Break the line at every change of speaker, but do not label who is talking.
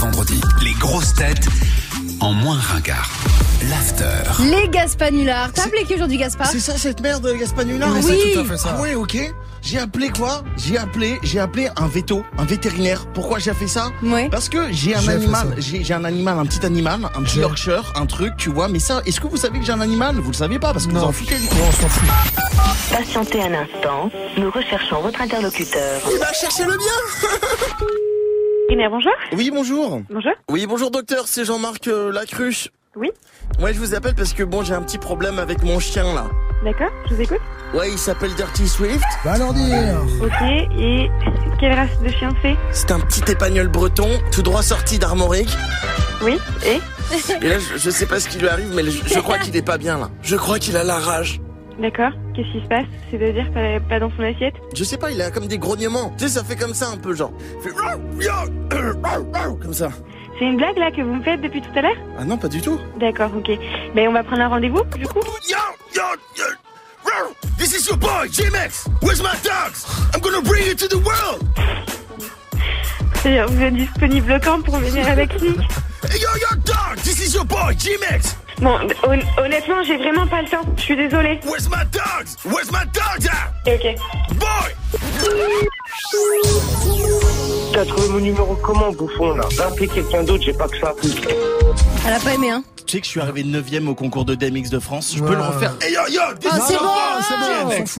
vendredi. Les grosses têtes en moins ringard. L'after.
Les Gaspanulars. T'as appelé qui aujourd'hui, Gaspard
C'est ça cette merde, Gaspanula
Ah. Oui, c'est tout à fait
Ah ouais, ok. J'ai appelé quoi J'ai appelé, j'ai appelé un veto, un vétérinaire. Pourquoi j'ai fait ça
Ouais.
Parce que j'ai un
J'ai fait
animal,
ça.
j'ai j'ai un animal, un petit animal, un petit
J'ai-
Yorkshire, un truc, tu vois. Mais ça, est-ce que vous savez que j'ai un animal Vous le savez pas parce que vous en foutez.
Ouais, on s'en fout.
Patientez un instant, nous recherchons votre interlocuteur.
Il va chercher le Eh ben, bien.
Eh bonjour
Oui, bonjour.
Bonjour
Oui, bonjour docteur, c'est Jean-Marc euh, Lacruche.
Oui.
Ouais, je vous appelle parce que bon, j'ai un petit problème avec mon chien là.
D'accord, je vous écoute.
Ouais, il s'appelle Dirty Swift.
Va leur dire.
Ok, et quelle race de chien c'est
C'est un petit épagnol breton, tout droit sorti d'Armorique.
Oui, et
Et là, je, je sais pas ce qui lui arrive, mais je, je crois qu'il est pas bien là. Je crois qu'il a la rage.
D'accord, qu'est-ce qui se passe C'est-à-dire pas, pas dans son assiette
Je sais pas, il a comme des grognements. Tu sais, ça fait comme ça un peu, genre. Il fait Comme ça.
C'est une blague là que vous me faites depuis tout à l'heure
Ah non, pas du tout.
D'accord, ok. Ben on va prendre un rendez-vous du coup
Yo, yo, yo. This is your boy, JMX. Where's my dogs? I'm gonna bring it to the world.
C'est-à-dire vous êtes disponible quand pour venir à la clinique
Hey, yo, yo, dog. This is your boy, JMX.
Bon, hon- honnêtement, j'ai vraiment pas le temps, je suis désolée.
Where's my dogs? Where's my dogs at?
Ok.
Boy!
T'as trouvé mon numéro comment, bouffon, là Va appeler quelqu'un d'autre, j'ai pas que ça.
Elle a pas aimé, hein
Tu sais que je suis arrivé 9ème au concours de DMX de France. Je
peux le refaire.
Hey, yo, yo, this
Ah,
is
c'est
your
bon,
boy,
c'est bon.
JMX.